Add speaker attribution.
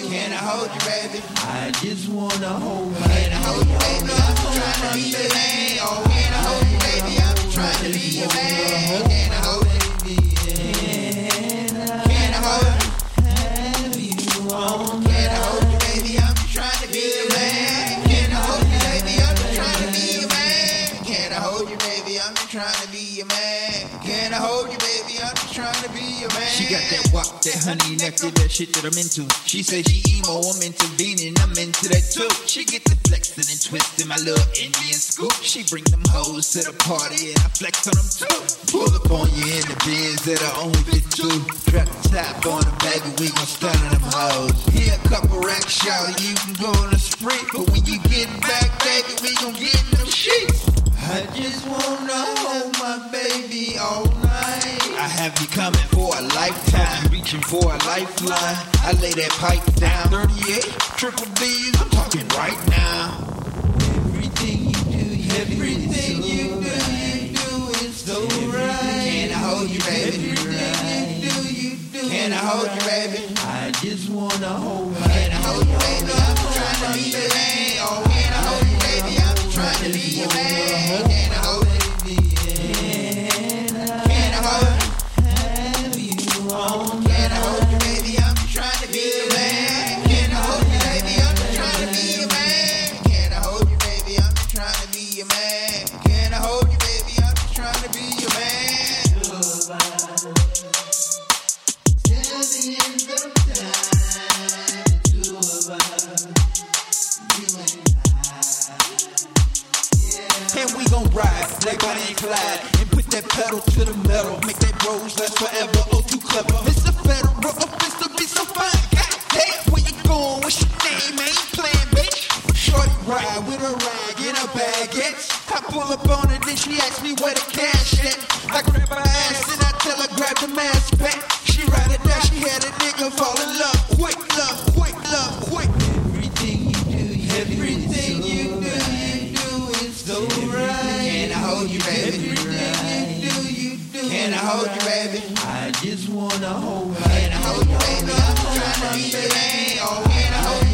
Speaker 1: hold you, baby.
Speaker 2: I just wanna hold you. Man, I
Speaker 1: Hold you, baby. I'm trying to be your man. Oh, and I hold you, baby. I'm trying to be your man. And I hold you. Can I hold you? Can I hold you, baby? I'm trying to be your man. Can I hold you, baby? I'm trying to be your man. Can I hold you, baby? I'm trying to be your man. Can I hold you, baby? I'm trying to be your man.
Speaker 2: She got that wop, that honey, nectar, that shit that I'm into. She say she emo, I'm intervening, I'm into that too. She get the flexing and twisting, my little Indian scoop. She bring them hoes to the party and I flex on them too. Pull up on you in the bins that I only fit two. Drop the top on the baby, we gon' stun on them hoes. Here a couple racks, y'all, you can go on the spree. But when you get back, baby, we gon' get in them sheets. I just wanna hold my baby all night. I have you coming for a lifetime, you reaching for a lifeline. I lay that pipe down. 38, triple B's, I'm talking right now. Everything you do, everything you do, you do is so right.
Speaker 1: Can I hold you, baby?
Speaker 2: Everything you do, you do.
Speaker 1: Can I hold you, baby?
Speaker 2: I just wanna hold my
Speaker 1: Can I hold you, baby? I'm trying to be your man. Oh, can I hold you, baby? I'm trying to be your man. Can I hold you? Can I hold you? Can I hold you, baby? I'm trying to be your man. Can I hold you, baby? I'm trying to be your man. Can I hold you, baby? I'm trying to be your man. Can I hold you, baby? I'm trying to be your man.
Speaker 2: And we gon' ride, black body and Clyde And put that pedal to the metal Make that rose last forever, oh too clever Mr. Federal, offense to be so fine God damn, where you going, what's your name? I ain't playing, bitch Shorty ride with a rag in a bag, it's I pull up on her, then she asks me where the cash at I grab her ass and I tell her grab the mask back She ride it down, she had a nigga fall in love Quick love, quick love, quick Everything you do, everything you do, you do is so right
Speaker 1: Can I hold you, baby?
Speaker 2: you do, you do.
Speaker 1: Can I hold you, baby?
Speaker 2: I just wanna hold
Speaker 1: Can I hold you, baby? I'm trying to be your man. Oh, can I hold